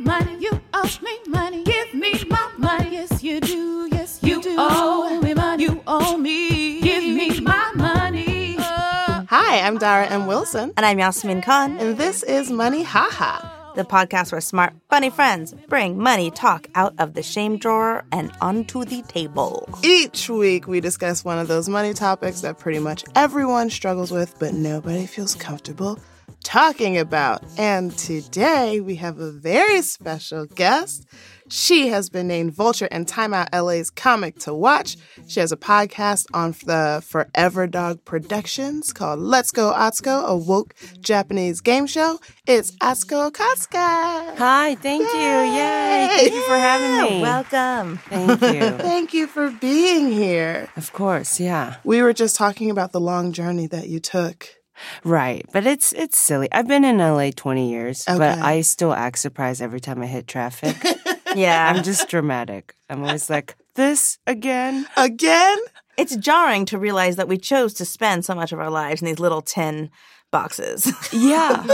money. You owe me money. Give me my money. Yes, you do. Yes, you, do. owe me money. You owe me. Oh, Give me my money. Hi, I'm Dara M. Wilson, And I'm Yasmin Khan, and this is Money Haha. the podcast where smart, funny friends bring money talk out of the shame drawer and onto the table. Each week, we discuss one of those money topics that pretty much everyone struggles with, but nobody feels comfortable talking about. And today, we have a very special guest. She has been named Vulture and Time Out LA's comic to watch. She has a podcast on the Forever Dog Productions called Let's Go Atsuko, a woke Japanese game show. It's Atsuko Katsuka. Hi, thank you. Yay. Thank you for having me. Welcome. thank you. Thank you for being here. Of course, yeah. We were just talking about the long journey that you took. Right. But it's it's silly. I've been in LA 20 years, but Okay. I still act surprised every time I hit traffic. Yeah. I'm just dramatic. I'm always like, this again? Again? It's jarring to realize that we chose to spend so much of our lives in these little tin boxes. Yeah.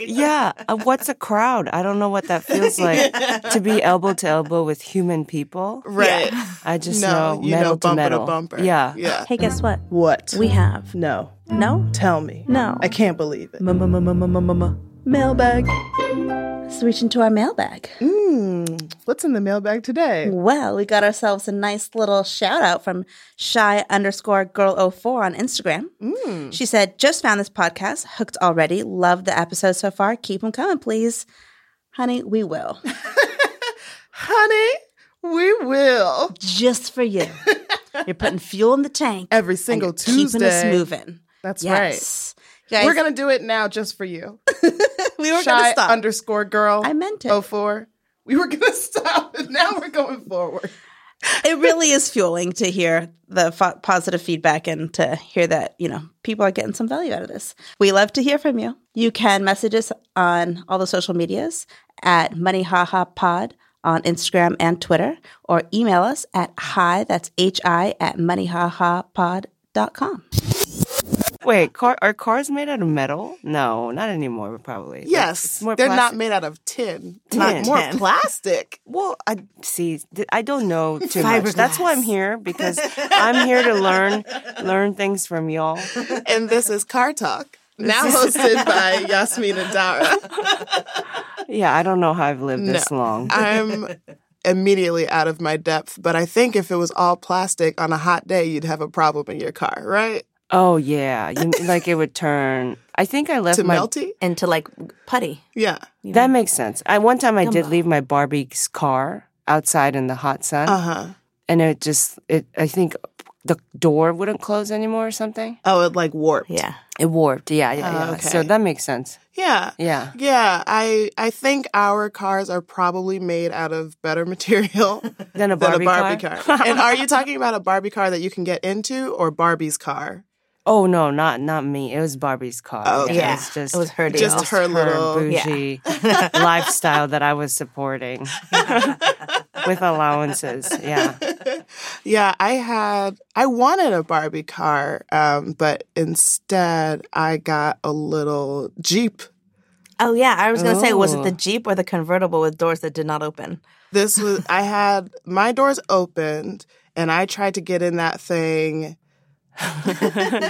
yeah. Uh, what's a crowd? I don't know what that feels like to be elbow to elbow with human people. Right. I just No, know you metal know to bumper metal. to bumper. Yeah. Yeah. hey, guess what? What? We have. no. No? Tell me. No. I can't believe it. Mailbag. Switch into our mailbag. Mmm. What's in the mailbag today? Well, we got ourselves a nice little shout out from shy underscore girl 04 on Instagram. Mm. She said, Just found this podcast, hooked already. Love the episode so far. Keep them coming, please. Honey, we will. Honey, we will. Just for you. You're putting fuel in the tank. Every single and you're Keeping us Tuesday. moving. That's yes. right. Guys, We're going to do it now just for you. we were going to Shy stop. underscore girl. I meant it. 04. We were going to stop, and now we're going forward. it really is fueling to hear the fo- positive feedback and to hear that you know people are getting some value out of this we love to hear from you you can message us on all the social medias at money haha pod on instagram and twitter or email us at hi that's hi at moneyhahapod.com Wait, car, are cars made out of metal? No, not anymore, probably. Yes. It's more They're not plastic. made out of tin. Tin. More Tin. plastic. Well, I see. th- I don't know too much. That's why I'm here because I'm here to learn, learn things from y'all. And this is Car Talk, now hosted by Yasmin and Dara. Yeah, I don't know how I've lived No. this long. I'm immediately out of my depth, but I think if it was all plastic on a hot day, you'd have a problem in your car, right? oh yeah, you, like it would turn. I think I left To my. melty? Into like putty. Yeah. That makes sense. I one time I did leave my Barbie's car outside in the hot sun, Uh huh. and it just it. I think the door wouldn't close anymore or something. Oh, it like warped. Yeah. It warped. Yeah, yeah, yeah. So okay. that makes sense. Yeah. Yeah. Yeah, I I think our cars are probably made out of better material Then than a a Barbie, Barbie car. and are you talking about a Barbie car that you can get into or Barbie's car? Oh no, not not me. It was Barbie's car. Oh, Yeah. it was just it was her deal. Just her little bougie lifestyle that I was supporting with allowances. Yeah. Yeah, I had I wanted a Barbie car, um, but instead I got a little Jeep. Oh yeah, I was gonna say, was it Ooh. the Oh. Jeep or the convertible with doors that did not open? This was I had my doors opened and I tried to get in that thing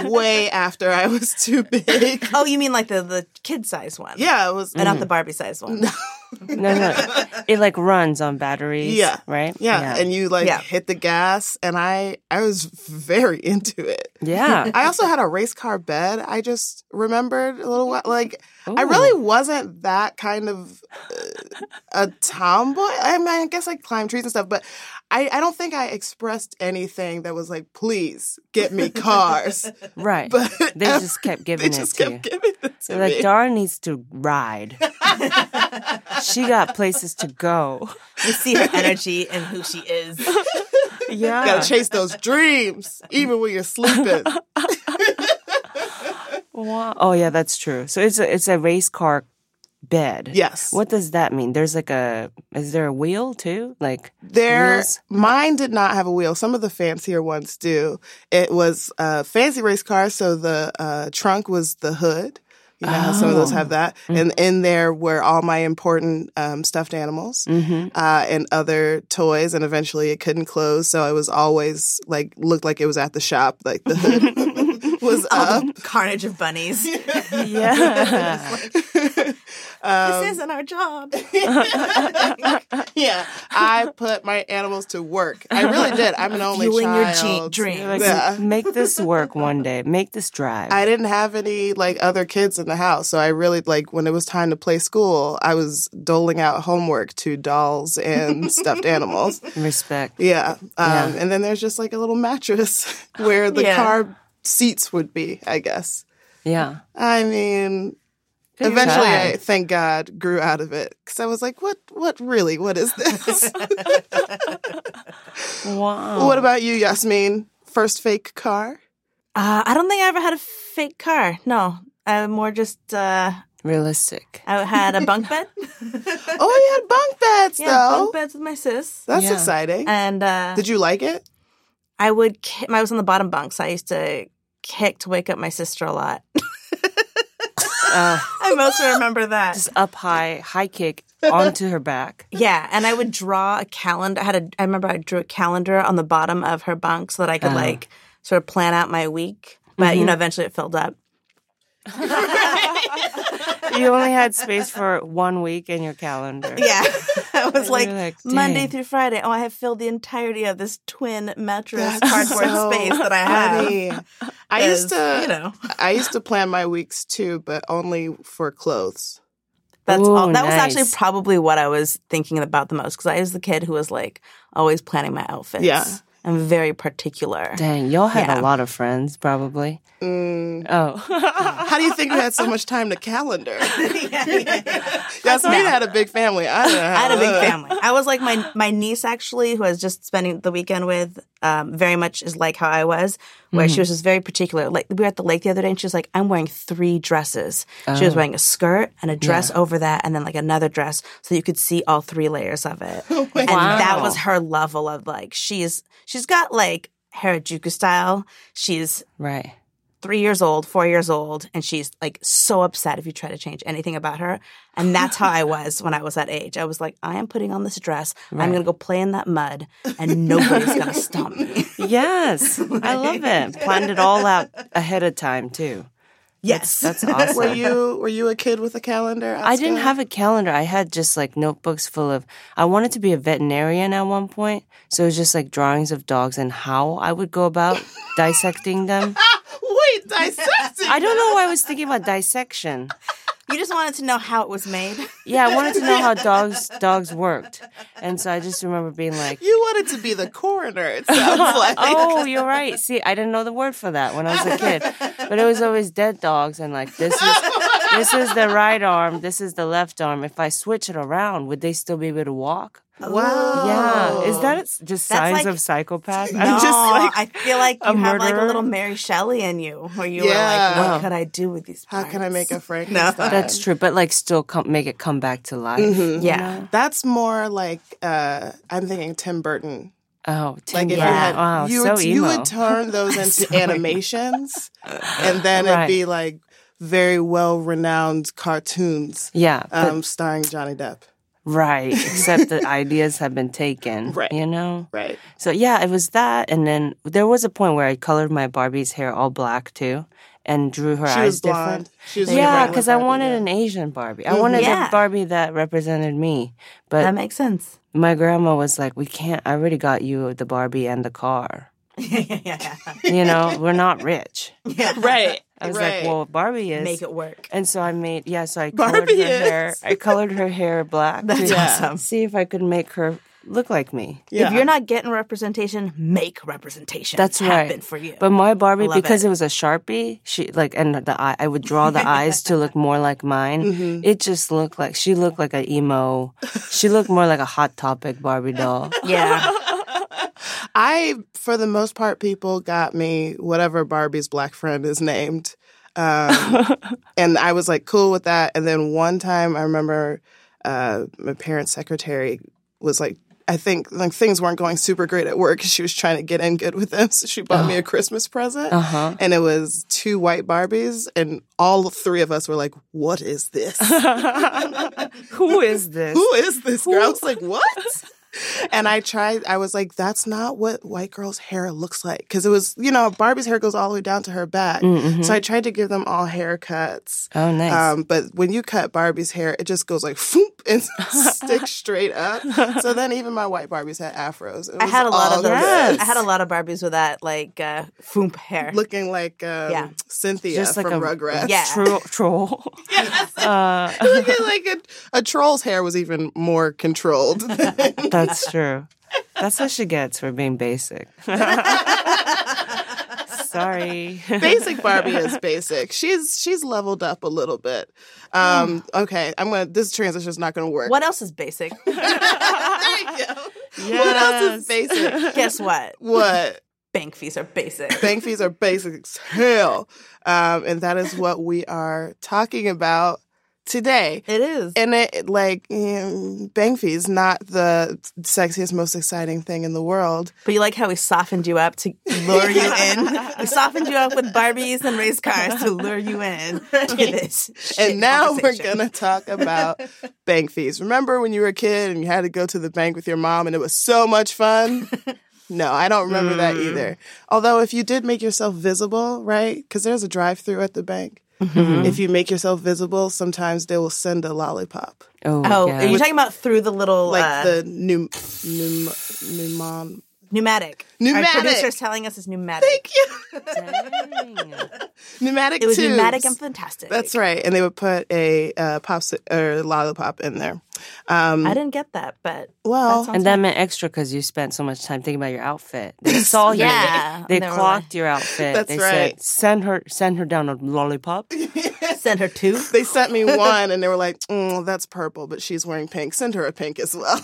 way after I was too big. Oh, you mean like the the kid size one? Yeah, it was and Mm. not the Barbie size one. No, no. It like runs on batteries. Yeah. Right? yeah, and you like Yeah. hit the gas and I I was very into it. yeah. I also had a race car bed. I just remembered a little while. Like, I Oh. really wasn't that kind of uh, a tomboy. I mean, I guess I climbed trees and stuff, but I, I don't think I expressed anything that was like, please get me cars. Right. But they just kept they giving it just to kept you. giving it to They're like me. Dara needs to ride. she got places to go. You see her energy and who she is. Yeah. Gotta chase those dreams, even when you're sleeping. Wow. Oh yeah, that's true. So it's a it's a race car bed. Yes. What does that mean? There's like a is there a wheel too? Like There, wheels? mine did not have a wheel. Some of the fancier ones do. It was a fancy race car, so the uh, trunk was the hood. You know how some of those Oh. have that. Mm. And in there were all my important um, stuffed animals Mm-hmm. uh, and other toys. And eventually it couldn't close. So I was always like, looked like it was at the shop, like the hood was up. Um, Carnage of bunnies. Yeah. this isn't our job. yeah, I put my animals to work. I really did. I'm an only Fueling your child. G- dream. Like, Yeah. Make this work one day. Make this drive. I didn't have any like other kids in the house, so I really like when it was time to play school, I was doling out homework to dolls and stuffed animals. Respect. Yeah, um, and then there's just like a little mattress where the Yeah. car seats would be, I guess. Yeah. I mean, eventually, try. I thank God grew out of it because I was like, what, what, really, what is this? Wow. what about you, Yasmin? First fake car? Uh, I don't think I ever had a fake car. No, I more just uh, Realistic. I had a bunk bed. Oh, you had bunk beds Yeah, though. bunk beds with my sis. That's Yeah. exciting. And uh, Did you like it? I would. Ki- I was on the bottom bunk, so I used to kick to wake up my sister a lot. Uh, I mostly remember that. just up high, high kick onto her back. Yeah, and I would draw a calendar. I had a. I remember I drew a calendar on the bottom of her bunk so that Uh. I could like sort of plan out my week. But Mm-hmm. you know, eventually it filled up. You only had space for one week in your calendar. Yeah, I was You're like, like, Monday "Dang." through Friday. Oh, I have filled the entirety of this twin mattress That's cardboard so space that I have. Funny. I used Is, to, you know. I used to plan my weeks too, but only for clothes. That's Ooh, all. That was nice. actually probably what I was thinking about the most because I was the kid who was like always planning my outfits. Yeah. I'm very particular. Dang, y'all had Yeah. a lot of friends, probably. Mm. Oh. How do you think you had so much time to calendar? Yasmin had a big family. I don't know. I had a big how- family. I was like my my niece actually, who I was just spending the weekend with, um, very much is like how I was, where she was just very particular. Like we were at the lake the other day, and she was like, "I'm wearing three dresses." She was wearing a skirt and a dress over that, and then like another dress, so you could see all three layers of it. and that Wow. was her level of like she's she's got like Harajuku style. She's Right. three years old, four years old, and she's like so upset if you try to change anything about her. And that's how I was when I was that age. I was like, I am putting on this dress. I'm going to go play in that mud, and nobody's going to stop me. Yes. I love it. Planned it all out ahead of time, too. Yes. That's awesome. Were you were you a kid with a calendar? I didn't Oscar? have a calendar. I had just like notebooks full of. I wanted to be a veterinarian at one point, so it was just like drawings of dogs and how I would go about dissecting them. Wait, dissecting. I don't know why I was thinking about dissection. you just wanted to know how it was made. Yeah, I wanted to know how dogs dogs worked, and so I just remember being like, you wanted to be the coroner. It sounds like. "Oh, you're right." See, I didn't know the word for that when I was a kid, but it was always dead dogs, and like this is this is the right arm, this is the left arm. If I switch it around, would they still be able to walk? Oh. Wow. Yeah. Is that it's just That's signs like- of psychopath? No, I'm just like, I feel like a you have like a murderer. little Mary Shelley in you, where you were Yeah. like, "What could I do with these? How can I make a Frankenstein? No. that's true, but like still come, make it come back to life. Yeah, That's more like uh, I'm thinking Tim Burton. Oh, Like if yeah. you had, wow, you, so would, emo. you would turn those into animations, and then it'd Right. be like very well renowned cartoons, yeah, but- um, starring Johnny Depp. right. Except the ideas have been taken. Right. You know. Right. So yeah, it was that, and then there was a point where I colored my Barbie's hair all black too, and drew her She eyes was blonde. different. She was Yeah, regular because I Barbie, wanted yeah. Mm-hmm. an Asian Barbie. I wanted Yeah. a Barbie that represented me. But that makes sense. my grandma was like, "We can't. I already got you the Barbie and the car. you know, we're not rich." right. I was Right. like, "Well, Barbie is." Make it work." and so I made yeah. So I Barbie colored her hair. is. I colored her hair black to awesome. see if I could make her look like me. Yeah. If you're not getting representation, make representation. That's happen right. for you. But my Barbie, Love because it. it. was a sharpie, she like and the eye. I would draw the eyes to look more like mine. It just looked like she looked like an emo. She looked more like a hot topic Barbie doll. yeah. I, for the most part, people got me whatever Barbie's black friend is named. Um, and I was like cool with that. And then one time I remember uh, my parents' secretary was like, I think like things weren't going super great at work. She was trying to get in good with them, so she bought me a Christmas present, uh-huh. and it was two white Barbies, and all three of us were like, "What is this? Who is this? Who is this girl?" I was like, "What?" And I tried. I was like, "That's not what white girls' hair looks like," because it was, you know, Barbie's hair goes all the way down to her back. So I tried to give them all haircuts. Oh, nice. Um, but when you cut Barbie's hair, it just goes like foop and sticks straight up. So then even my white Barbies had afros. It I was had a lot all of those. good. I had a lot of Barbies with that like uh, foomp hair. looking like um, Yeah. Cynthia Just like from a- Rugrats. Yeah. Tro- troll. looking like a, a troll's hair was even more controlled. That's true. That's what she gets for being basic. Sorry. basic Barbie is basic. She's she's leveled up a little bit. Um, okay, I'm gonna. This transition is not gonna work. What else is basic? there you go. What else is basic? Guess what? What Bank fees are basic. bank fees are basic as hell, um, and that is what we are talking about today. It is. And it like mm, bank fees, not the sexiest, most exciting thing in the world. But you like how we softened you up to lure you in. We softened you up with Barbies and race cars to lure you in to this. shit and now we're conversation. gonna talk about bank fees. Remember when you were a kid and you had to go to the bank with your mom and it was so much fun? No, I don't remember that Mm. either. Although if you did make yourself visible, right? Because there's a drive-through at the bank. If you make yourself visible, sometimes they will send a lollipop, Oh, Oh, yeah. are you talking about through the little like uh, the new new mnemon. pneumatic? Our Pneumatic. producer's telling us it's pneumatic. pneumatic. It was tubes. pneumatic and fantastic. That's right, and they would put a uh, pop or lollipop in there. Um, I didn't get that, but well, and that meant extra because you spent so much time thinking about your outfit. They saw you. Yeah, They they were clocked your outfit. That's they right. said, "Send her, send her down a lollipop." send her two. they sent me one and they were like, mm, that's purple, but she's wearing pink. Send her a pink as well.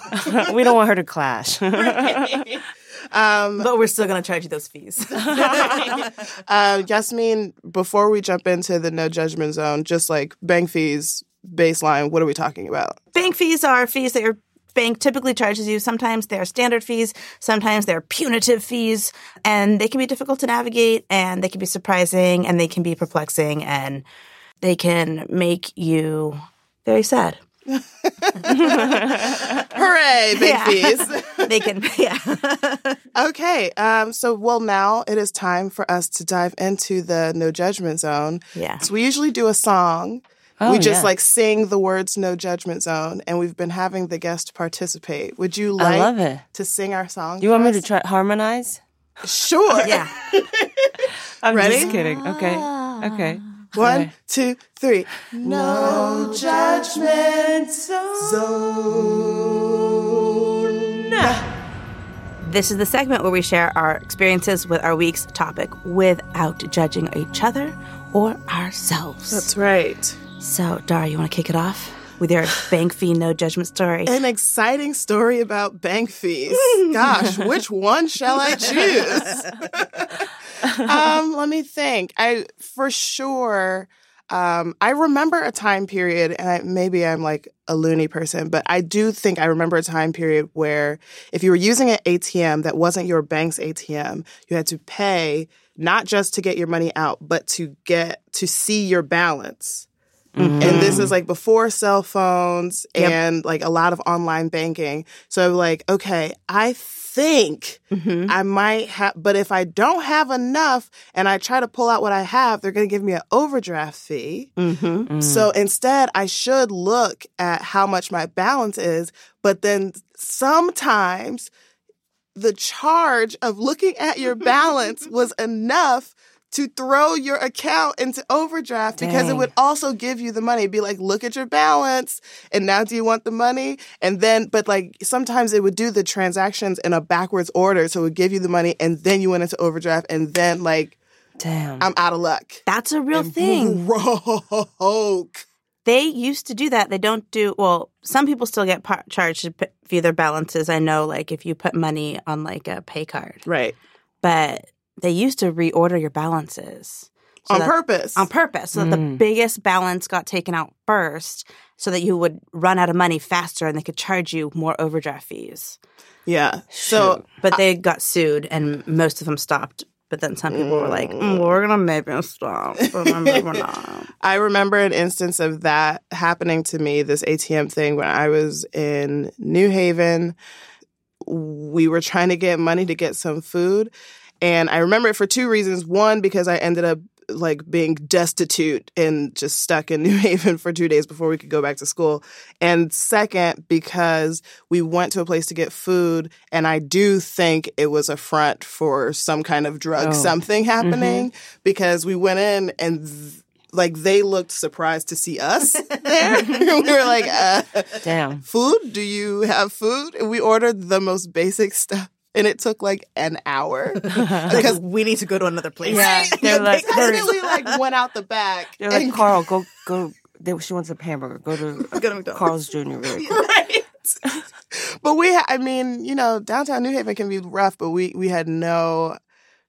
we don't want her to clash. But we're still gonna charge you those fees. uh, Yasmin, before we jump into the no judgment zone, just like bank fees, baseline, what are we talking about? bank fees are fees that your bank typically charges you. Sometimes they're standard fees, sometimes they're punitive fees, and they can be difficult to navigate and they can be surprising and they can be perplexing and they can make you very sad. Hooray, bank fees. They can, yeah. okay. Um, so, well, now it is time for us to dive into the no judgment zone. Yeah. So, we usually do a song. we just Oh, yeah. like sing the words no judgment zone, and we've been having the guest participate. Would you I like love it. to sing our song? You want me to try harmonize? Sure. Yeah. I'm Ready? just kidding. Okay. Okay. One, two, three. No judgment zone. This is the segment where we share our experiences with our week's topic without judging each other or ourselves. That's right. so, Dara, you want to kick it off with your bank fee, no judgment story? An exciting story about bank fees. Gosh, which one shall I choose? um, let me think. I for sure. Um, I remember a time period, and I, maybe I'm like a loony person, but I do think I remember a time period where if you were using an ATM that wasn't your bank's ATM, you had to pay not just to get your money out, but to get to see your balance. And this is like before cell phones and like a lot of online banking. So I'm like, okay, I think I might have, but if I don't have enough and I try to pull out what I have, they're going to give me an overdraft fee. So instead, I should look at how much my balance is, but then sometimes the charge of looking at your balance was enough to throw your account into overdraft because it Dang. would also give you the money. It'd be like, look at your balance. And now do you want the money? And then, but like sometimes it would do the transactions in a backwards order. So it would give you the money and then you went into overdraft and then like, Damn. I'm out of luck. That's a real thing. Broke. they used to do that. They don't do well. Some people still get par- charged p- via their balances. I know, like if you put money on like a pay card, Right. but they used to reorder your balances. on that- purpose. on purpose so Mm. that the biggest balance got taken out first so that you would run out of money faster and they could charge you more overdraft fees yeah. So Uh, but they got sued and most of them stopped but then some people were like mm, well, we're gonna maybe stop but maybe we're not I remember an instance of that happening to me, this ATM thing, when I was in New Haven. We were trying to get money to get some food. And I remember it for two reasons. One, because I ended up like being destitute and just stuck in New Haven for two days before we could go back to school. And second, because we went to a place to get food. And I do think it was a front for some kind of drug something happening because we went in and. th- like they looked surprised to see us there. we were like, uh, Damn. "Food? Do you have food?" And we ordered the most basic stuff, and it took like an hour because we need to go to another place. Yeah. they They're like, hurry. literally like went out the back. They're like, and- Carl, go, go. They, she wants a hamburger. Go to, Go to McDonald's. Carl's Jr. really quick. right. but we, ha- I mean, you know, downtown New Haven can be rough, but we we had no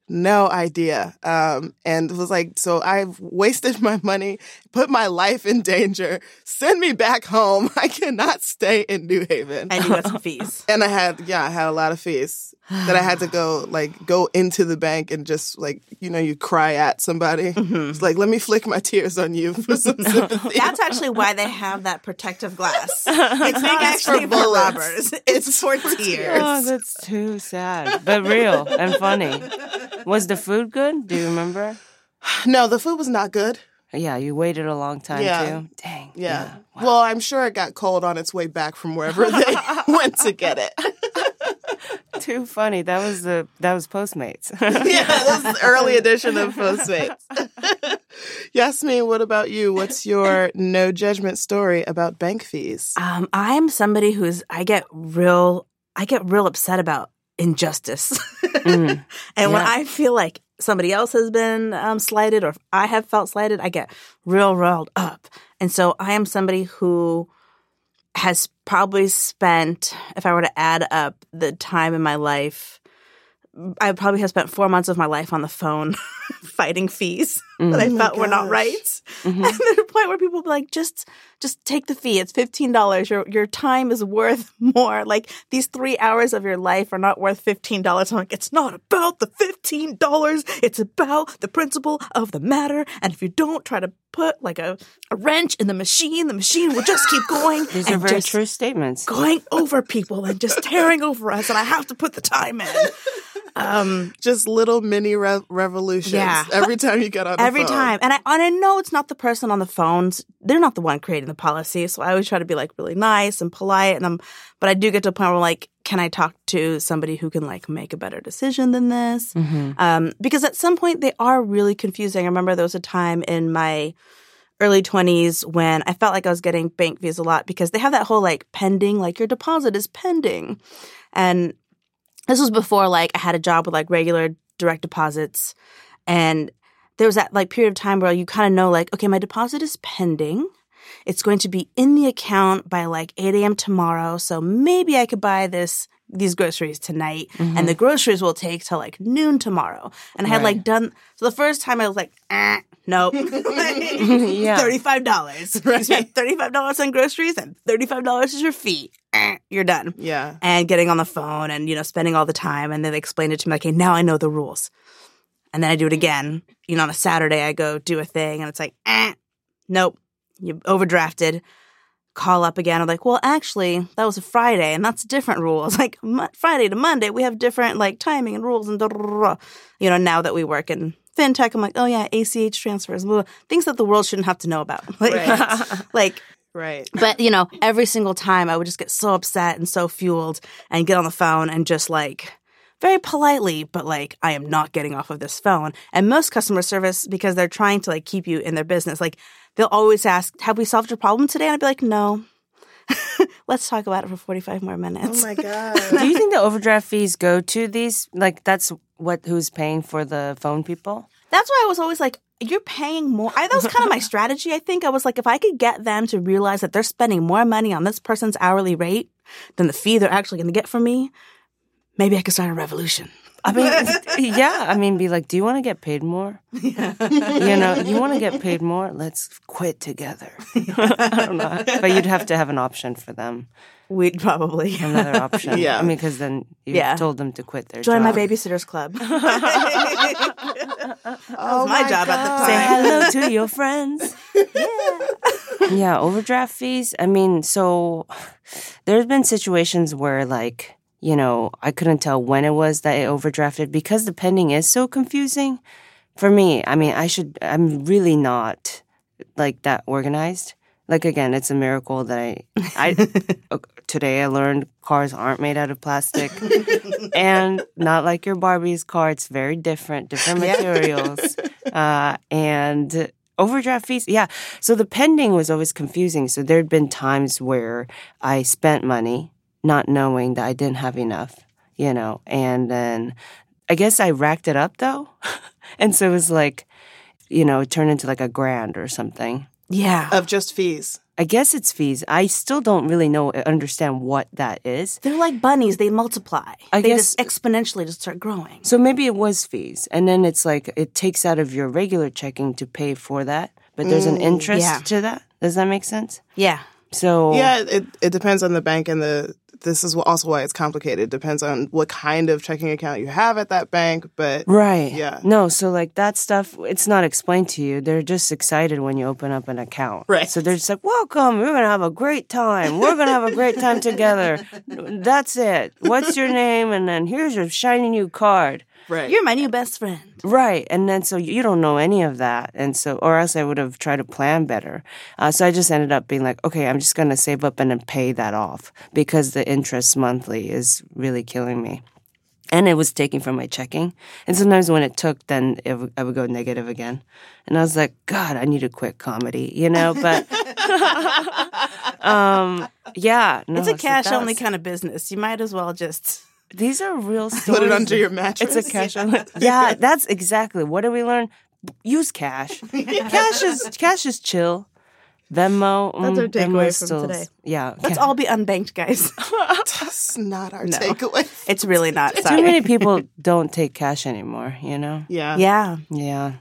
no idea um and was like so i've wasted my money put my life in danger send me back home i cannot stay in new haven and you got some fees And I had yeah, I had a lot of fees that I had to go like go into the bank and just like you know you cry at somebody. Mm-hmm. It's like let me flick my tears on you for some sympathy. that's actually why they have that protective glass It's not actually for, bullets. robbers. It's for tears. Oh, that's too sad, but real and funny. Was the food good? Do you remember? no, the food was not good. Yeah, you waited a long time Yeah. too. Dang. Yeah. Well, I'm sure it got cold on its way back from wherever they went to get it. Too funny. That was the that was Postmates. yeah, that was the early edition of Postmates. Yasmin, what about you? What's your no judgment story about bank fees? Um, I'm somebody who's I get real I get real upset about injustice, Mm. and when Yeah. I feel like somebody else has been um, slighted or if I have felt slighted, I get real riled up, and so I am somebody who has probably spent, if I were to add up the time in my life, I probably have spent four months of my life on the phone fighting fees that Mm-hmm. I felt were Oh not right. And at a point where people be like, just just take the fee. It's fifteen dollars. Your your time is worth more. Like these three hours of your life are not worth fifteen dollars. I'm like, it's not about the fifteen dollars. It's about the principle of the matter. And if you don't try to put like a, a wrench in the machine, the machine will just keep going. These and are very just true statements. Going over people and just tearing over us, and I have to put the time in. Um, Just little mini re- revolutions Yeah. every time you get on the every phone. time and I, and I know it's not the person on the phones they're not the one creating the policy so i always try to be like really nice and polite and i'm but i do get to a point where like can i talk to somebody who can like make a better decision than this um, because at some point they are really confusing i remember there was a time in my early 20s when i felt like i was getting bank fees a lot because they have that whole like pending like your deposit is pending and this was before like I had a job with like regular direct deposits and there was that like period of time where you kind of know like okay my deposit is pending it's going to be in the account by like 8 a.m tomorrow so maybe i could buy this these groceries tonight and the groceries will take till like noon tomorrow and i had like done so the first time i was like eh, nope Yeah. $35 you spent $35 on groceries and $35 is your fee Eh, you're done Yeah. and getting on the phone and you know spending all the time and then they explained it to me like okay now i know the rules and then i do it again you know on a saturday i go do a thing and it's like eh, nope you overdrafted call up again i'm like well actually that was a friday and that's different rules like Mo- friday to monday we have different like timing and rules and da da da da. you know now that we work in fintech i'm like oh yeah ach transfers blah, blah, things that the world shouldn't have to know about like, like Right. but you know, every single time I would just get so upset and so fueled and get on the phone and just like very politely, but like I am not getting off of this phone. And most customer service because they're trying to like keep you in their business, like they'll always ask, "Have we solved your problem today?" And I'd be like, "No." Let's talk about it for 45 more minutes. Oh my god. Do you think the overdraft fees go to these? Like that's what who's paying for the phone people? That's why I was always like, you're paying more. I, that was kind of my strategy. I think I was like, if I could get them to realize that they're spending more money on this person's hourly rate than the fee they're actually going to get from me, maybe I could start a revolution. I mean, yeah. I mean, be like, do you want to get paid more? Yeah. you know, you want to get paid more? Let's quit together. I don't know. But you'd have to have an option for them. We'd probably Another option. Yeah. I mean, because then you Yeah. told them to quit their join my job. babysitters club. Oh my job at the Say time. hello to your friends. Yeah. yeah, overdraft fees. I mean, so there's been situations where like, you know, I couldn't tell when it was that I overdrafted because the pending is so confusing. For me, I mean, I should I'm really not like that organized. Like again, it's a miracle that I I ok- today I learned cars aren't made out of plastic and not like your Barbie's car. It's very different, different materials. uh, and overdraft fees. Yeah. So the pending was always confusing. So there'd been times where I spent money not knowing that I didn't have enough, you know, and then I guess I racked it up though. and so it was like, you know, it turned into like a grand or something. yeah. Of just fees. I guess it's fees. I still don't really know uh, understand what that is. They're like bunnies, they multiply. I they guess- just exponentially just start growing. So maybe it was fees. And then it's like it takes out of your regular checking to pay for that, but there's Mm, an interest yeah. to that. Does that make sense? Yeah. So Yeah, it, it depends on the bank and the. This is also why it's complicated. It depends on what kind of checking account you have at that bank, but Right. Yeah. No, so like that stuff, it's not explained to you. They're just excited when you open up an account. Right. So they're just like, welcome. We're going to have a great time. We're going to have a great time together. That's it. What's your name? And then here's your shiny new card. right. You're my new best friend. Right. And then so you don't know any of that. And so, or else I would have tried to plan better. Uh, so I just ended up being like, okay, I'm just going to save up and then pay that off because the interest monthly is really killing me. And it was taking from my checking. And sometimes when it took, then it w- I would go negative again. And I was like, God, I need to quit comedy, you know? But um, yeah. No, It's a so cash that's- only kind of business. You might as well just These are real stories. Put it under your mattress. It's a cash. only- yeah, that's exactly. What did we learn? Use cash. cash is cash is chill. Venmo. That's our takeaway from today. Yeah, let's ca- all be unbanked, guys. That's not our takeaway. it's really not. Too Sorry. many people don't take cash anymore. You know. Yeah. Yeah. Yeah.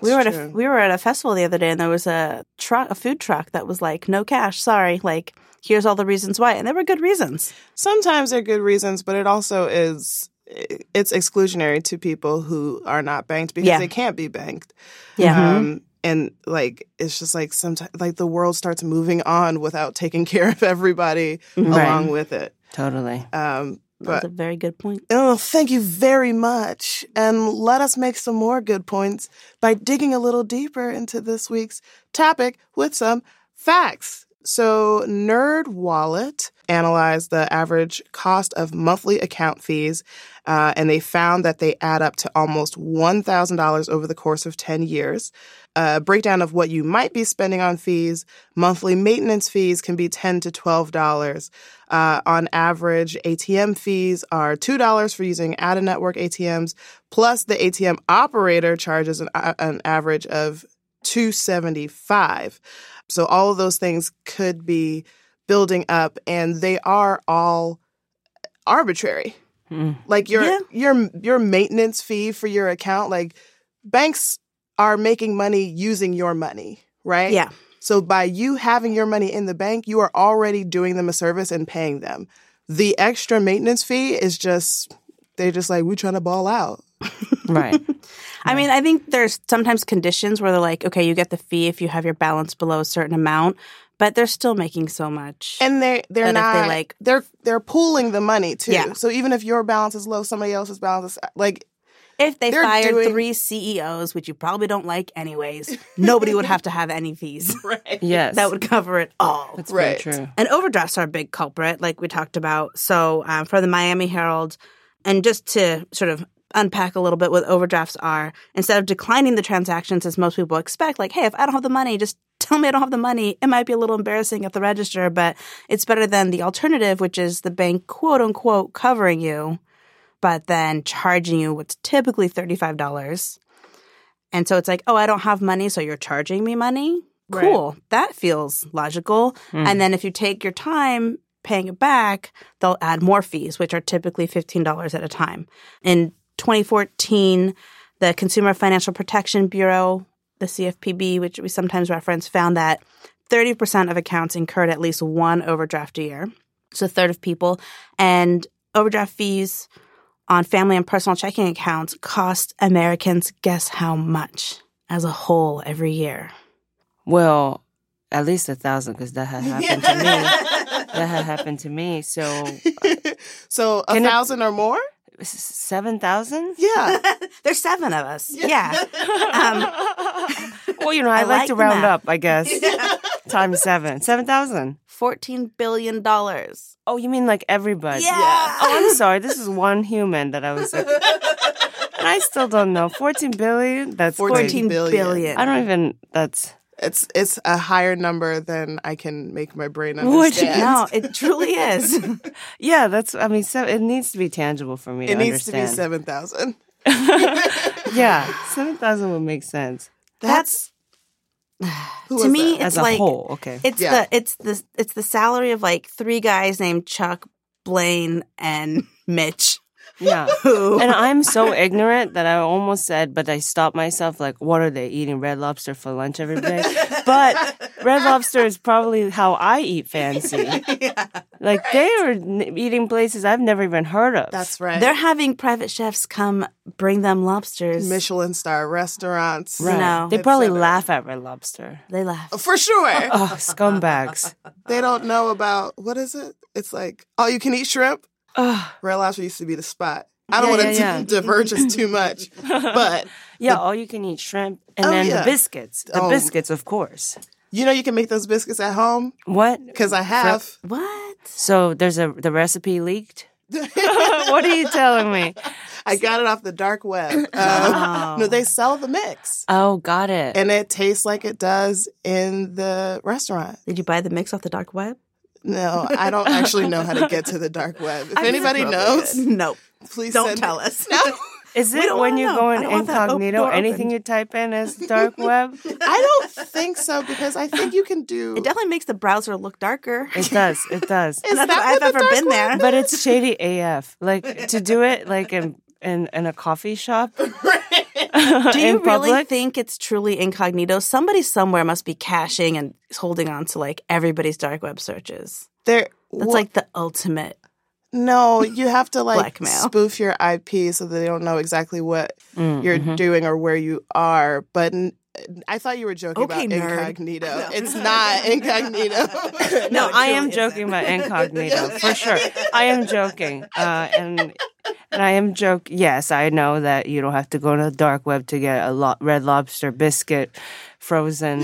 we were at a true. we were at a festival the other day, and there was a truck, a food truck that was like, "No cash, sorry." Like, here's all the reasons why, and there were good reasons. Sometimes there are good reasons, but it also is it's exclusionary to people who are not banked because Yeah. they can't be banked. Yeah, Um, and like it's just like sometimes like the world starts moving on without taking care of everybody along with it. Totally. Um, that's but a very good point. Oh, thank you very much. And let us make some more good points by digging a little deeper into this week's topic with some facts. So, Nerd Wallet analyzed the average cost of monthly account fees, uh, and they found that they add up to almost $1,000 over the course of 10 years. A breakdown of what you might be spending on fees monthly maintenance fees can be $10 to $12. Uh, on average, ATM fees are $2 for using out of network ATMs, plus the ATM operator charges an, uh, an average of 275 So all of those things could be building up, and they are all arbitrary. Like your Mm. Yeah. your your maintenance fee for your account, like banks are making money using your money, right? Yeah. So by you having your money in the bank, you are already doing them a service and paying them. The extra maintenance fee is just they're just like we trying to ball out. Right. I mean, I think there's sometimes conditions where they're like, "Okay, you get the fee if you have your balance below a certain amount," but they're still making so much. And they they're And if not they, like like- they're they're pooling the money too. Yeah. So even if your balance is low, somebody else's balance is like if they they're fired doing- three CEOs, which you probably don't like anyways, nobody would have to have any fees. Yes. That would cover it all. That's very Right. true. And overdrafts are a big culprit, like we talked about. So, um, for the Miami Herald, and just to sort of unpack a little bit what overdrafts are, instead of declining the transactions as most people expect, like, hey, if I don't have the money, just tell me I don't have the money. It might be a little embarrassing at the register, but it's better than the alternative, which is the bank quote unquote covering you, but then charging you what's typically $35. And so it's like, oh, I don't have money, so you're charging me money. Cool. That feels logical. And then if you take your time paying it back, they'll add more fees, which are typically $15 at a time. In 2014, the Consumer Financial Protection Bureau, the CFPB, which we sometimes reference, found that 30% of accounts incurred at least one overdraft a year. So a third of people. And overdraft fees on family and personal checking accounts cost Americans guess how much as a whole every year. Well, at least a thousand because that had happened to me. that had happened to me. So So a Can it- thousand or more? seven thousand? Yeah. There's seven of us. Yeah. Well, you know, I, like, like to the round up. math. I guess times seven, seven thousand. $14 billion. Oh, you mean like everybody? Yeah. Oh, I'm sorry. This is one human that I was. Like, and I still don't know. Fourteen billion. That's crazy. 14 14 billion. billion. I don't even. That's It's it's a higher number than I can make my brain Would you- understand. no, it truly is. yeah. That's. I mean, seven, it needs to be tangible for me It to needs to be understand. seven thousand. seven. Yeah, seven thousand would make sense That's who to was me, that? it's as a like whole. Okay. it's Yeah. the it's the it's the salary of like three guys named Chuck, Blaine, and Mitch. yeah. Who? and I'm so ignorant that I almost said, but I stopped myself. Like, what are they eating red lobster for lunch every day? but red lobster is probably how I eat fancy. Like they are n- eating places I've never even heard of. That's right. They're having private chefs come bring them lobsters. Michelin star restaurants. right. No. They probably laugh at red lobster. They laugh. For sure. Oh, scumbags! they don't know about what is it? It's like oh you can eat shrimp. Ugh. Red lobster used to be the spot. I don't Yeah, want to yeah, yeah. diverge us too much. But yeah, all you can eat shrimp, and Oh, then yeah. the biscuits. The Oh. biscuits, of course. you know you can make those biscuits at home What? because I have. What? So there's a the recipe leaked. what are you telling me? I got it off the dark web. Um, No, they sell the mix, Oh, got it. and it tastes like it does in the restaurant. Did you buy the mix off the dark web? No, I don't actually know how to get to the dark web. If anybody knows, Oh, Nope. please Don't send tell it. us. Is it don't when wanna you're know. going I don't want that op- incognito? door Anything opened. you type in as dark web? I don't think so because I think you can do. It definitely makes the browser look darker. It does. It does. Is that Not that what I've the ever dark been web- there. But it's shady AF. Like to do it like in in, in a coffee shop. Do you in really public? think it's truly incognito? Somebody somewhere must be caching and holding on to like everybody's dark web searches. There, That's wha- like the ultimate. no. You have to like Blackmail. spoof your IP so that they don't know exactly what Mm, you're mm-hmm. doing or where you are. But n- I thought you were joking Okay, about nerd. incognito. It's not incognito. No, I am joking about incognito for sure. I am joking. Uh, and and I am joke. Yes, I know that you don't have to go to the dark web to get a lo- red lobster biscuit frozen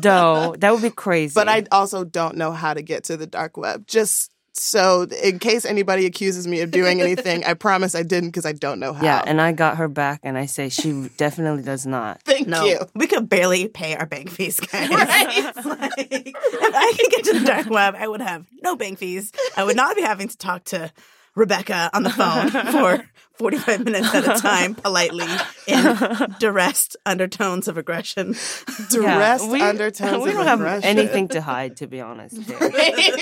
dough. That would be crazy. but I also don't know how to get to the dark web. Just so, in case anybody accuses me of doing anything, I promise I didn't because I don't know how. yeah, and I got her back, and I say she definitely does not. thank No, you. we could barely pay our bank fees, guys. It's like, if I could get to the dark web, I would have no bank fees. I would not be having to talk to Rebecca on the phone for 45 minutes at a time, politely, in duress undertones of aggression. Yeah, Duress we- undertones. We of don't have aggression. anything to hide, to be honest. Dave.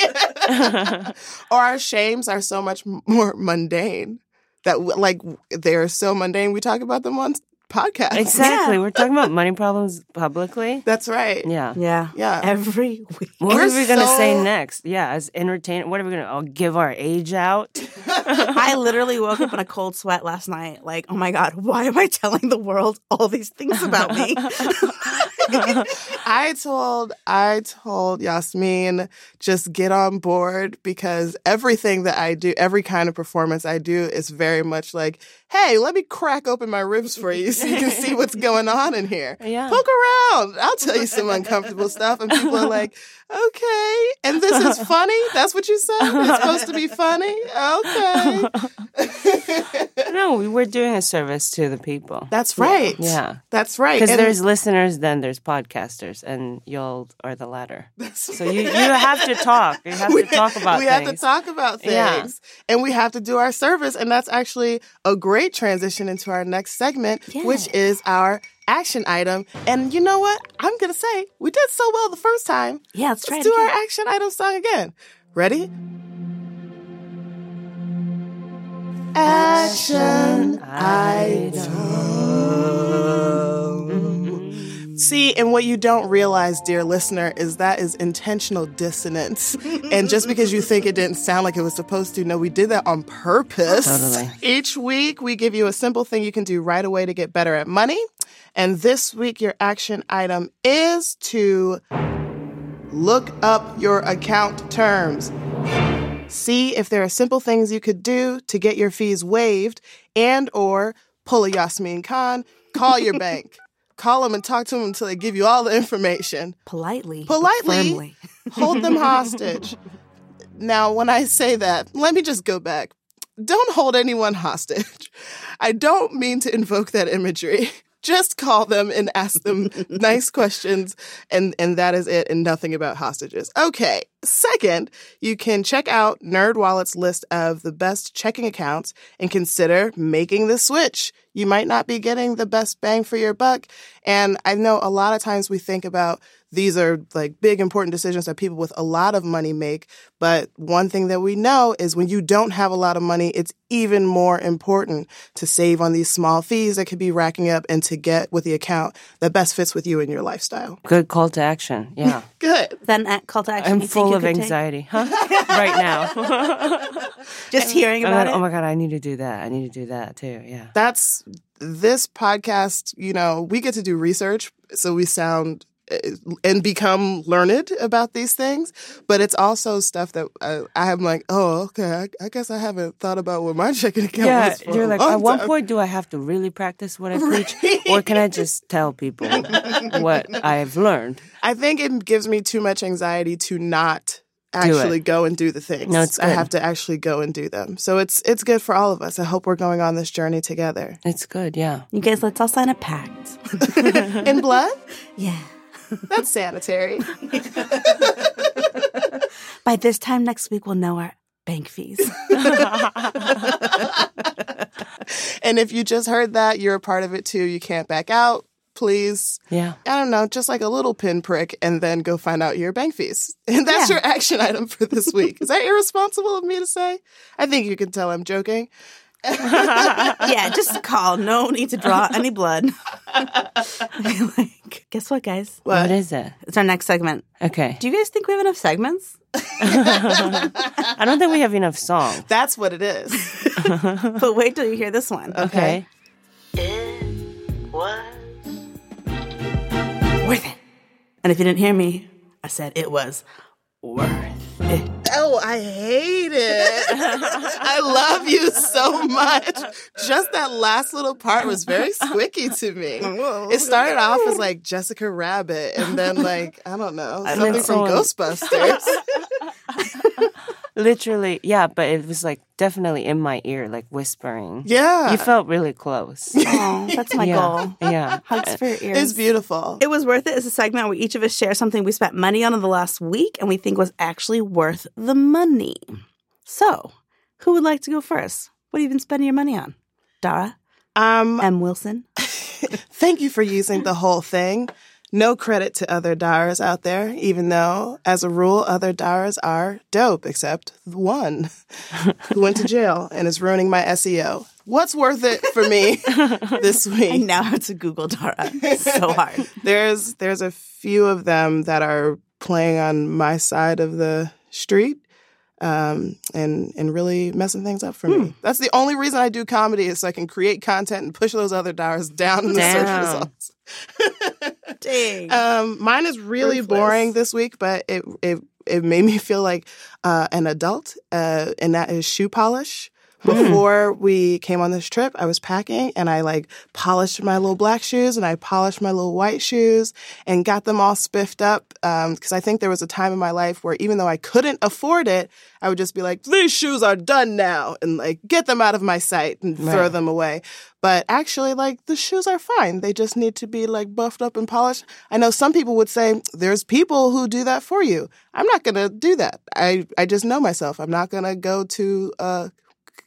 or our shames are so much m- more mundane that w- like w- they're so mundane we talk about them on podcasts. exactly. We're talking about money problems publicly. That's right. Yeah. Yeah. Yeah. Every week. What We're are we gonna say so- next? Yeah, as entertain. What are we gonna oh, give our age out? I literally woke up in a cold sweat last night. Like, oh my God, why am I telling the world all these things about me? I told I told Yasmin just get on board because everything that I do, every kind of performance I do is very much like, hey, let me crack open my ribs for you so you can see what's going on in here. Yeah. Poke around. I'll tell you some uncomfortable stuff. And people are like, okay. And this is funny? That's what you said? It's supposed to be funny? Okay. No, we we're doing a service to the people. That's right. Yeah. That's right. Because And- there's listeners, then there's podcasters, and y'all are the latter. So you, you have to talk. You have to talk about we things. have to talk about things Yeah. and we have to do our service and that's actually a great transition into our next segment which is our action item and you know what i'm gonna say we did so well the first time Yeah, let's try let's it do again. our action item song again Ready? Action item. Mm-hmm. See, and what you don't realize, dear listener, is that is intentional dissonance. and just because you think it didn't sound like it was supposed to, no, we did that on purpose. Totally. Each week, we give you a simple thing you can do right away to get better at money. And this week, your action item is to look up your account terms. See if there are simple things you could do to get your fees waived and or pull a Yasmin Khan, call your bank. Call them and talk to them until they give you all the information. Politely. but Politely. firmly. Hold them hostage. Now, when I say that, let me just go back. Don't hold anyone hostage. I don't mean to invoke that imagery. Just call them and ask them nice questions, and, and that is it, and nothing about hostages. Okay. Second, you can check out NerdWallet's list of the best checking accounts and consider making the switch. You might not be getting the best bang for your buck. And I know a lot of times we think about these are like big important decisions that people with a lot of money make. But one thing that we know is when you don't have a lot of money, it's even more important to save on these small fees that could be racking up and to get with the account that best fits with you and your lifestyle. Good call to action. Yeah. Good. Then at call to action. I'm you think full you of could take- anxiety, huh? right now. Just hearing I'm about like, it. oh my God, I need to do that. I need to do that too. Yeah. That's this podcast, you know, we get to do research. So we sound uh, and become learned about these things. But it's also stuff that uh, I'm like, oh, okay, I, I guess I haven't thought about what my checking account Yeah, was for you're a like, long at one time." point, do I have to really practice what I preach? Or can I just tell people what I've learned? I think it gives me too much anxiety to not actually go and do the things. No, it's I good. have to actually go and do them. So it's it's good for all of us. I hope we're going on this journey together. It's good. Yeah. You guys, let's all sign a pact. In blood? Yeah. That's sanitary. By this time next week, we'll know our bank fees. and if you just heard that, you're a part of it too. You can't back out. Please, Yeah. I don't know, just like a little pinprick and then go find out your bank fees. And that's your action item for this week. Is that irresponsible of me to say? I think you can tell I'm joking. yeah, just call. No need to draw any blood. like, guess what, guys? What is it? It's our next segment. Okay. Do you guys think we have enough segments? I don't think we have enough songs. That's what it is. But wait till you hear this one. Okay. Worth it. And if you didn't hear me, I said it was worth it. Oh, I hate it. I love you so much. Just that last little part was very squicky to me. It started off as like Jessica Rabbit, and then like I don't know something know. from Ghostbusters. Literally, yeah, but it was like definitely in my ear, like whispering. Yeah. You felt really close. Oh, that's my yeah. goal. Yeah. Hugs for your ears. It's beautiful. It was worth it is a segment where each of us share something we spent money on in the last week and we think was actually worth the money. So, who would like to go first? What have you been spending your money on? Dara? Um, M. Wilson? thank you for using the whole thing. No credit to other Dars out there, even though, as a rule, other Dars are dope, except one who went to jail and is ruining my SEO. What's worth it for me this week? I now have to Google Dara so hard. there's there's a few of them that are playing on my side of the street um, and and really messing things up for me. That's the only reason I do comedy is so I can create content and push those other dollars down in the Down. search results. Dang. Uh, Um, mine is really Ruthless. boring this week, but it it it made me feel like uh, an adult, uh, and that is shoe polish. Before we came on this trip, I was packing and I like polished my little black shoes and I polished my little white shoes and got them all spiffed up. Um, cause I think there was a time in my life where even though I couldn't afford it, I would just be like, these shoes are done now and like get them out of my sight and throw them away. But actually, like the shoes are fine. They just need to be like buffed up and polished. I know some people would say there's people who do that for you. I'm not gonna do that. I I just know myself. I'm not gonna go to a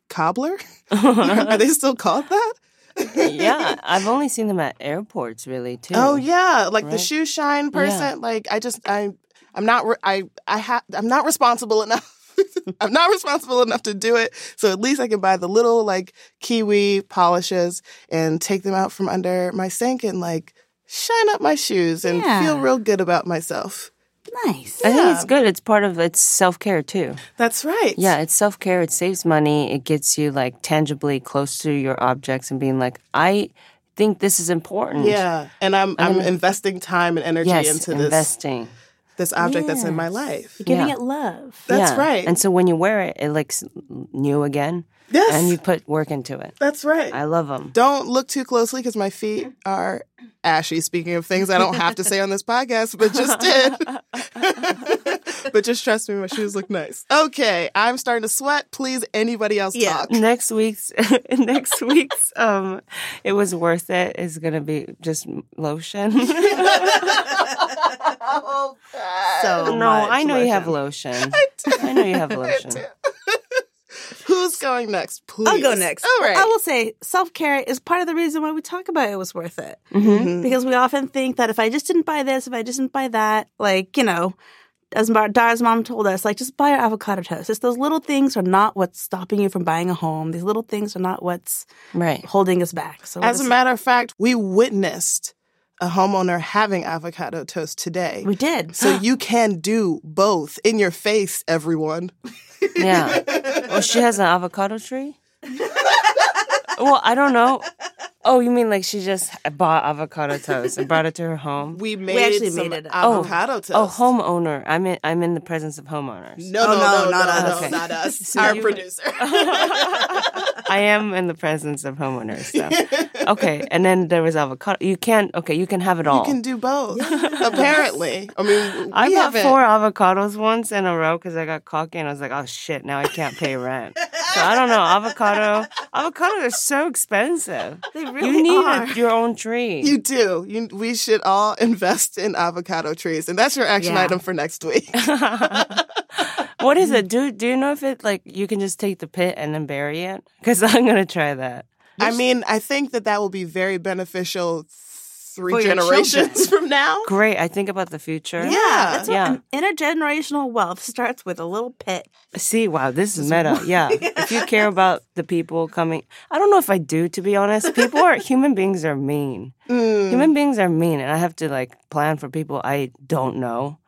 cobbler. are they still called that? yeah. I've only seen them at airports, really, too. Oh yeah, like the Right. shoe shine person. Like I just I I'm not re- I I ha- I'm not responsible enough I'm not responsible enough to do it. So at least I can buy the little like kiwi polishes and take them out from under my sink and like shine up my shoes and Yeah. feel real good about myself. Nice. I think it's good. It's part of it's self care too. That's right. Yeah, it's self care. It saves money. It gets you like tangibly close to your objects and being like, I think this is important. Yeah. And I'm I'm investing time and energy Yes, into this investing. this object that's in my life. Giving Yeah. it love. That's Yeah. right. And so when you wear it, it looks new again. Yes. And you put work into it. that's right. I love them. Don't look too closely because my feet Mm. are ashy. Speaking of things I don't have to say on this podcast, but just did. but just trust me, my shoes look nice. Okay, I'm starting to sweat. Please, anybody else Yeah. talk? Next week's next week's um it was worth it is gonna be just lotion. no, So much I know you have love. lotion. I, know you have lotion. Who's going next? Please. I'll go next. All right. I will say self care is part of the reason why we talk about it was worth it. Mhm. Because we often think that if I just didn't buy this, if I just didn't buy that, like, you know, as Mar- Dara's mom told us, like, just buy your avocado toast. It's those little things are not what's stopping you from buying a home. These little things are not what's Right. holding us back. So, As a this- matter of fact, we witnessed a homeowner having avocado toast today. we did. so you can do both in your face, everyone. Yeah. Oh, she has an avocado tree? well, I don't know. Oh, you mean like she just bought avocado toast and brought it to her home? We made actually some made it. avocado toast. Oh, homeowner. I'm in I'm in the presence of homeowners. No, no, Oh, no, no, no, not no, us. no, Okay. not us. Our you- producer. I am in the presence of homeowners though. Okay. And then there was avocado. You can't okay, you can have it Oh. all. You can do both. Apparently, I mean, I we got haven't- four avocados once in a row because I got cocky and I was like, oh shit, now I can't pay rent. so I don't know. Avocado, avocados are so expensive. They really you need a- your own tree. You do. You, we should all invest in avocado trees, and that's your action Yeah. item for next week. what is it? Do do you know if it like you can just take the pit and then bury it? Because I'm gonna try that. I mean, I think that that will be very beneficial three For your generations from now. Great. I think about the future. yeah, that's what yeah. an intergenerational wealth starts with a little pit. See, wow, this is meta. Yeah. If you care about the people coming, I don't know if I do, to be honest. People are, human beings are mean. Human beings are mean. And I have to like plan for people I don't know.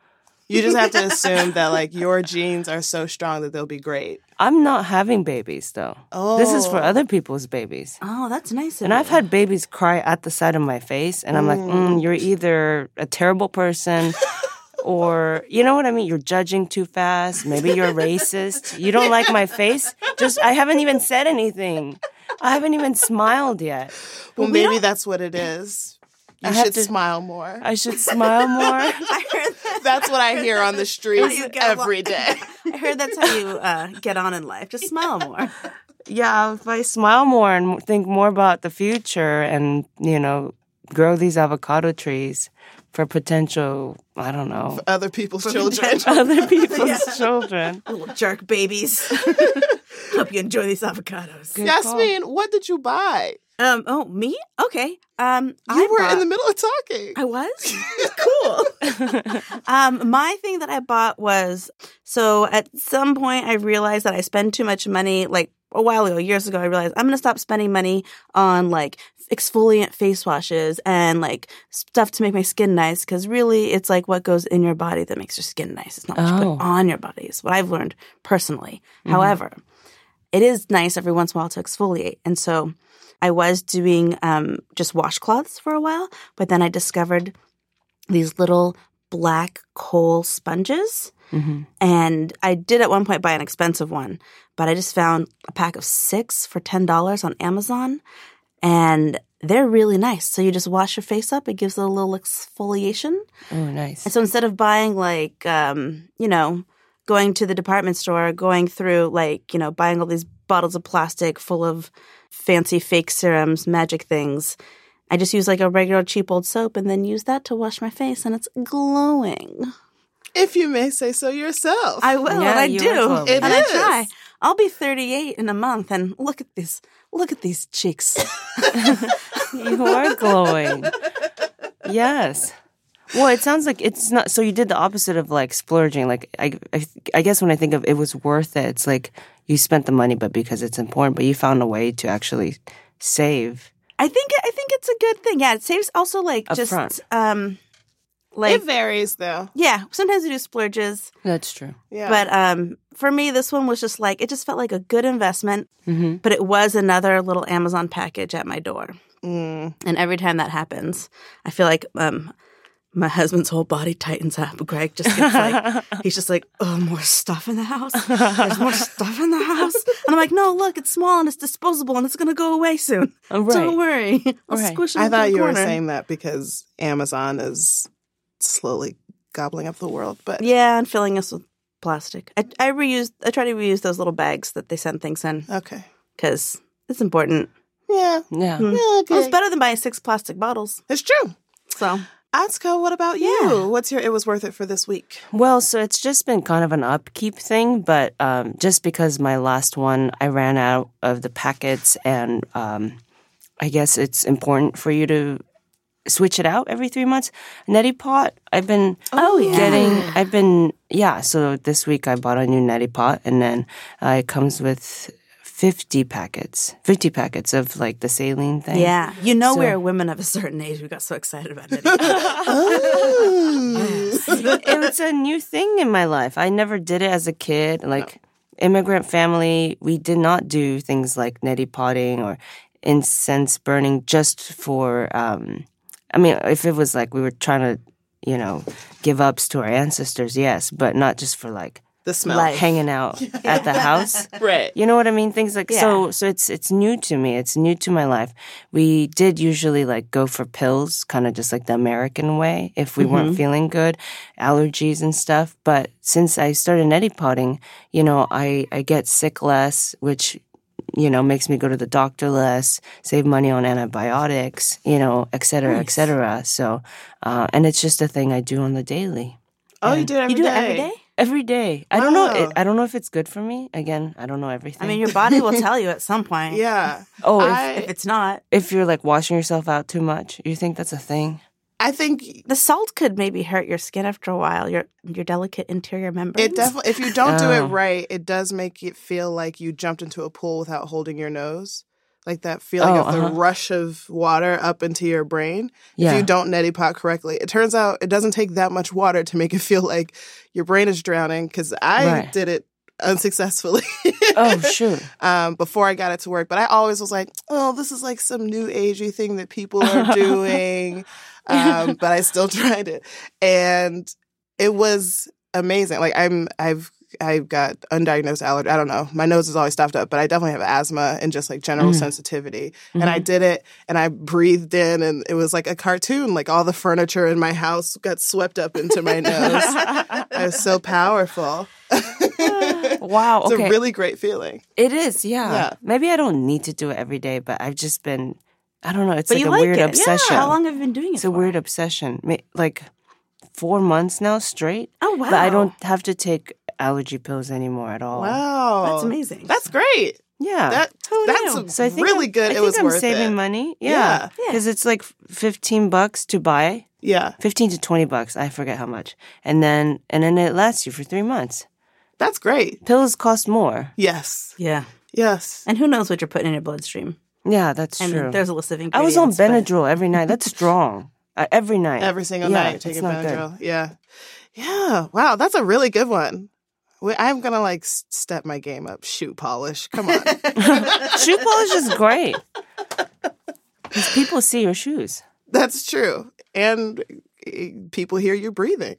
You just have to assume that like your genes are so strong that they'll be great. I'm not having babies though. This is for other people's babies. Oh, that's nice. of And I've you. had babies cry at the side of my face, and I'm like, mm, you're either a terrible person. Or you know what I mean? You're judging too fast. Maybe you're racist. You don't like my face. Just I haven't even said anything. I haven't even smiled yet. Well, maybe that's what it is. You have should to- smile more. I should smile more. That's what I hear on the streets you go every walk- day. I heard that's how you uh, get on in life. Just smile more. Yeah, if I smile more and think more about the future and, you know, grow these avocado trees for potential, I don't know, Other people's children. other people's children. little jerk babies. Hope you enjoy these avocados. Yasmin, what did you buy? Um. Oh, me? Okay. Um. You I were bought- in the middle of talking. I was cool. um, my thing that I bought was so at some point I realized that I spend too much money. Like a while ago, years ago, I realized I'm gonna stop spending money on like exfoliant face washes and like stuff to make my skin nice because really it's like what goes in your body that makes your skin nice. It's not what you Oh. put on your body. Is what I've learned personally. However, it is nice every once in a while to exfoliate, and so. I was doing um, just washcloths for a while, but then I discovered these little black coal sponges. And I did at one point buy an expensive one, but I just found a pack of six for $10 on Amazon. And they're really nice. So you just wash your face up, it gives it a little exfoliation. Oh, nice. And so instead of buying like, um, you know, going to the department store, going through like, you know, buying all these bottles of plastic full of fancy fake serums, magic things, I just use like a regular cheap old soap and then use that to wash my face and it's glowing. if you may say so yourself. I will, Yeah, and I you do. are glowing. It and I is. try. I'll be 38 in a month and look at these look at these cheeks. You are glowing. Yes. Well, it sounds like it's not. So you did the opposite of like splurging. Like I, I, I guess when I think of it was worth it, it's like you spent the money, but because it's important, but you found a way to actually save. I think I think it's a good thing. Yeah, it saves also like Up just front. um like it varies though. yeah, sometimes we do splurges, That's true. Yeah. but um for me this one was just like it just felt like a good investment, hmm but it was another little Amazon package at my door. Mm. And every time that happens, I feel like um my husband's whole body tightens up. Greg just gets like he's just like, "Oh, more stuff in the house. There's more stuff in the house." And I'm like, "No, look, it's small and it's disposable and it's going to go away soon. Oh, right. Don't worry. I'll Right. squish it I into thought a you were corner." saying that because Amazon is slowly gobbling up the world, but Yeah, and filling us with plastic. I, I reuse. I try to reuse those little bags that they send things in okay. because it's important. Yeah. Yeah. Hmm. yeah, Well, it's okay. better than buying six plastic bottles. It's true. So Atsuko, what about you? What's your it was worth it for this week? Well, so it's just been kind of an upkeep thing, but um, just because my last one, I ran out of the packets, and um, I guess it's important for you to switch it out every three months. Neti pot, I've been oh yeah getting I've been yeah. So this week I bought a new neti pot, and then uh, it comes with fifty packets, fifty packets of like the saline thing. yeah, you know So- we're women of a certain age. We got so excited about it. it was a new thing in my life. I never did it as a kid. Like immigrant family, we did not do things like neti potting or incense burning just for. Um, I mean, if it was like we were trying to, you know, give ups to our ancestors, yes, but not just for like The smell. hanging out at the house. Right. You know what I mean? Things like so. So it's it's new to me. It's new to my life. We did usually like go for pills, kind of just like the American way, if we Mm-hmm. weren't feeling good, allergies and stuff. But since I started neti potting, you know, I I get sick less, which you know makes me go to the doctor less, save money on antibiotics, you know, et cetera, et cetera. So, uh, and it's just a thing I do on the daily. Oh, you do it every you do it every day. Every day. I don't know. Wow. It, I don't know if it's good for me. Again, I don't know everything. I mean, your body will tell you at some point. Yeah. oh, if, I, If it's not, if you're like washing yourself out too much, you think that's a thing? I think the salt could maybe hurt your skin after a while. Your your delicate interior membranes. it definitely if you don't do it Oh. right, it does make it feel like you jumped into a pool without holding your nose. Like that feeling Oh, of the uh-huh. rush of water up into your brain. Yeah. If you don't neti pot correctly, it turns out it doesn't take that much water to make it feel like your brain is drowning. Because I Right. did it unsuccessfully. oh, shoot. um, before I got it to work. But I always was like, oh, this is like some new agey thing that people are doing. um, but I still tried it, and it was amazing. Like I'm, I've. I've got undiagnosed allergy. I don't know. My nose is always stuffed up, but I definitely have asthma and just like general Mm-hmm. sensitivity. And I did it and I breathed in and it was like a cartoon. Like all the furniture in my house got swept up into my nose. it was so powerful. Wow. It's Okay. a really great feeling. it is. Yeah. Yeah. Maybe I don't need to do it every day, but I've just been. I don't know. It's but like you a like weird it. obsession. Yeah. How long have you been doing it? It's a for? weird obsession. Ma- Like four months now straight. Oh wow! But I don't have to take allergy pills anymore at all. Wow. That's amazing. That's great. Yeah. That that's knew? Oh, So I think really I'm- good. I it think was I'm worth saving it. money. Yeah. Yeah, because it's like f- fifteen bucks to buy, Yeah, fifteen to twenty bucks. I forget how much, and then and then it lasts you for three months. that's great. Pills cost more. Yes, yeah. yes. And who knows what you're putting in your bloodstream? Yeah, that's And true. there's a list of I ingredients. was on but- Benadryl every night. That's strong. Uh, every night. Every single Yeah, night, it's taking not good. Benadryl. Yeah, yeah. Wow, that's a really good one. Wait, I'm gonna like s- step my game up. Shoe polish. Come on. Shoe polish is great. 'Cause people see your shoes. that's true. And eh, people hear you breathing.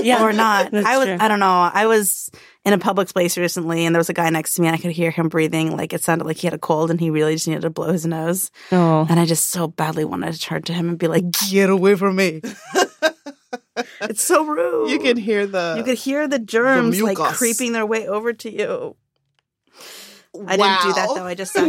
Yeah, or not. That's Uh, I was true. I don't know. I was in a public place recently and there was a guy next to me and I could hear him breathing like it sounded like he had a cold and he really just needed to blow his nose. No. And I just so badly wanted to turn to him and be like, "Get away from me." it's so rude. You can hear the. you could hear the germs like mucus. creeping their way over to you. I didn't do that Wow. though. I just sat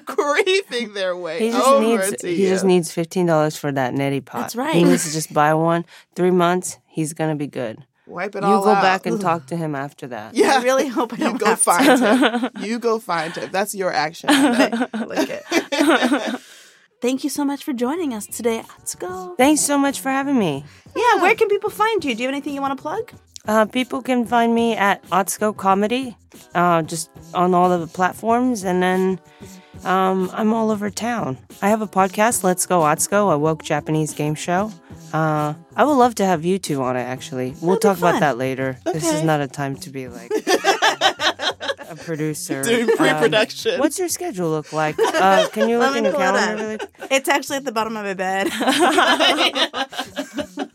creeping their way He just over needs to he you. just needs fifteen dollars for that neti pot. That's right. He needs to just buy one. Three months, he's gonna be good. Wipe it you all go out. back and talk to him after that. Yeah. I really hope I don't you go have to. find him. You go find him. That's your action. item. like it. Thank you so much for joining us today. Let's go. Thanks so much for having me. Yeah, where can people find you? Do you have anything you want to plug? Uh, people can find me at Otsko Comedy, uh, just on all of the platforms, and then um, I'm all over town. I have a podcast, Let's Go Otsko, a woke Japanese game show. Uh, I would love to have you two on it. Actually, we'll talk about that later. This is not a time to be like a producer Doing Um, pre-production. what's your schedule look like? Uh, can you look me in the pull it up. calendar? Really? It's actually at the bottom of my bed.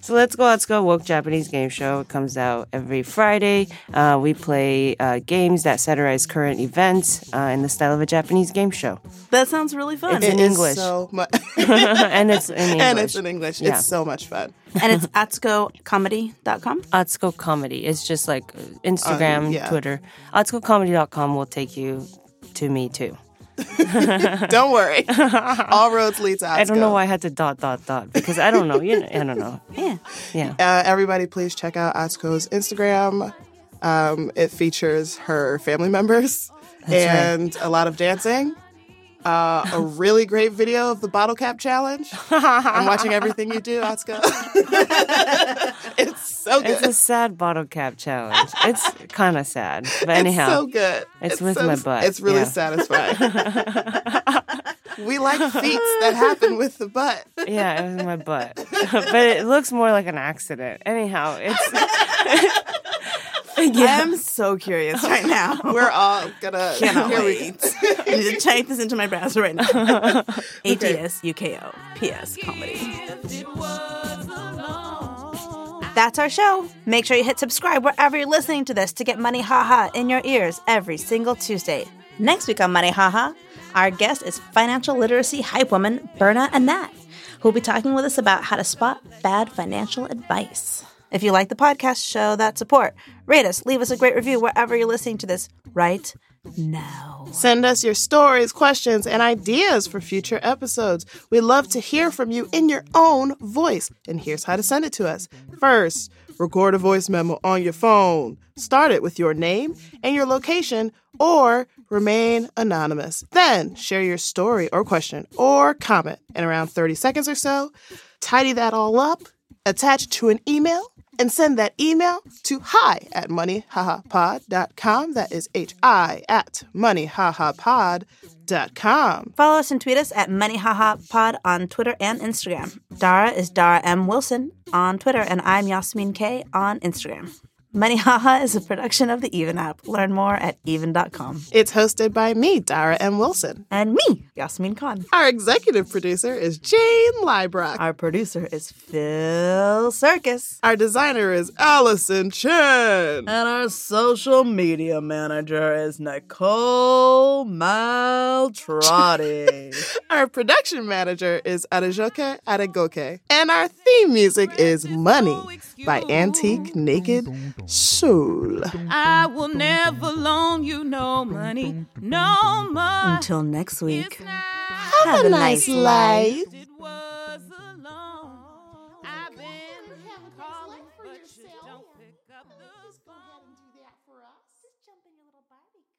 So let's go, let's go. Woke Japanese Game Show it comes out every Friday. Uh, we play uh, games that satirize current events uh, in the style of a Japanese game show, that sounds really fun. It's- in It is English. so mu- and it's in English. and it's in English. Yeah. It's so much fun. and it's atsuko.comedy.com. Atsuko Comedy. It's just like uh, Instagram, Um, yeah. Twitter. AtsukoComedy.com will take you to me too. Don't worry. All roads lead to Atsuko. I don't know why I had to dot dot dot because I don't know. You know, I don't know. Yeah. Yeah. Uh, everybody, please check out Atsuko's Instagram. Um, it features her family members and a lot of dancing. Uh, a really great video of the bottle cap challenge. I'm watching everything you do, Atsuko. it's so good. It's a sad bottle cap challenge. It's kind of sad, but anyhow. It's so good. It's with so- my butt, It's really yeah. satisfying. we like feats that happen with the butt. Yeah, it was my butt. but it looks more like an accident. Anyhow, it's I am so curious right now. We're all gonna. Cannot here we go. wait. I need to type this into my browser right now. A D S U K O P S comedy. That's our show. Make sure you hit subscribe wherever you're listening to this to get Money Haha Uh, in your ears every single Tuesday. Next week on Money Haha, our guest is financial literacy hype woman Berna Annat, who'll be talking with us about how to spot bad financial advice. If you like the podcast, show that support. Rate us, leave us a great review wherever you're listening to this right now. Send us your stories, questions, and ideas for future episodes. We love to hear from you in your own voice. And here's how to send it to us. First, record a voice memo on your phone. Start it with your name and your location or remain anonymous. Then share your story or question or comment in around 30 seconds or so. Tidy that all up, attach it to an email, and send that email to hi at moneyhahapod.com. That is H I at moneyhahapod.com. Follow us and tweet us at MoneyHahaPod on Twitter and Instagram. Dara is Dara M. Wilson on Twitter, and I'm Yasmin K. on Instagram. Money Haha is a production of the Even app. Learn more at even.com. It's hosted by me, Dara M. Wilson. And me, Yasmin Khan. Our executive producer is Jane Librock. Our producer is Phil Circus. Our designer is Allison Chen. And our social media manager is Nicole Maltrotti. Our production manager is Arajoke Aragoke. And our theme music is Money by Antique Naked Soul. I will never loan you no money, no more. Until next week. Have a nice life. It was alone. I've been calling, but you don't pick up the phone. Just jump in your little Barbie car.